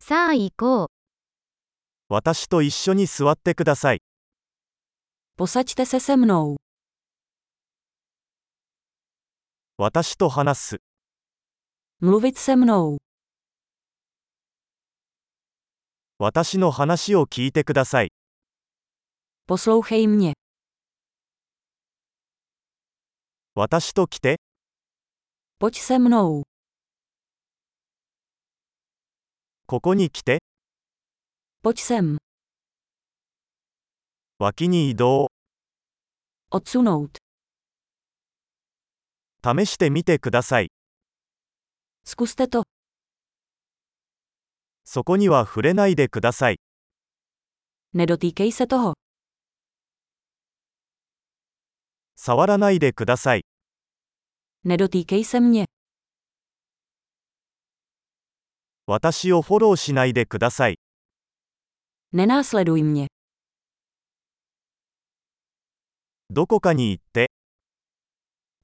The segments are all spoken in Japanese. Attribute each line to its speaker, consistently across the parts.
Speaker 1: さあ行こう。
Speaker 2: 私と一緒に座ってください。
Speaker 3: Posaďte se se mnou.
Speaker 2: 私と話す。
Speaker 3: Mluvit se mnou.
Speaker 2: 私の話を聞いてください。
Speaker 3: Poslouchej mě.
Speaker 2: 私と来て、
Speaker 3: Pojď se mnou.
Speaker 2: ここに来て、
Speaker 3: Pojď sem.
Speaker 2: 脇に移動、
Speaker 3: Odsunout.
Speaker 2: 試してみてください。
Speaker 3: Zkuste to.
Speaker 2: そこには触れないでください。
Speaker 3: Nedotýkej se toho.
Speaker 2: 触らないでください。
Speaker 3: Nedotýkej se mě.
Speaker 2: 私をフォローしないでください。
Speaker 3: Nenásleduj mě.
Speaker 2: どこかに行って、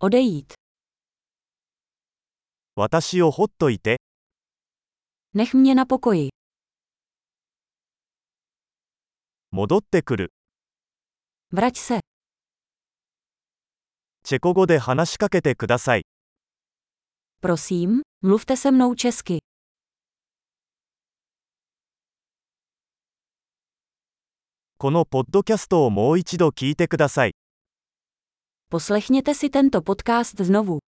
Speaker 3: Odejít.
Speaker 2: 私をほっといて、
Speaker 3: Nech mě na pokoji.
Speaker 2: 戻ってくる。
Speaker 3: Vrať se.
Speaker 2: チェコ語で話しかけてください。
Speaker 3: Prosím, mluvte se mnou česky.
Speaker 2: このポッドキャストをもう一度聞いてください。
Speaker 3: Poslechněte si tento podcast znovu.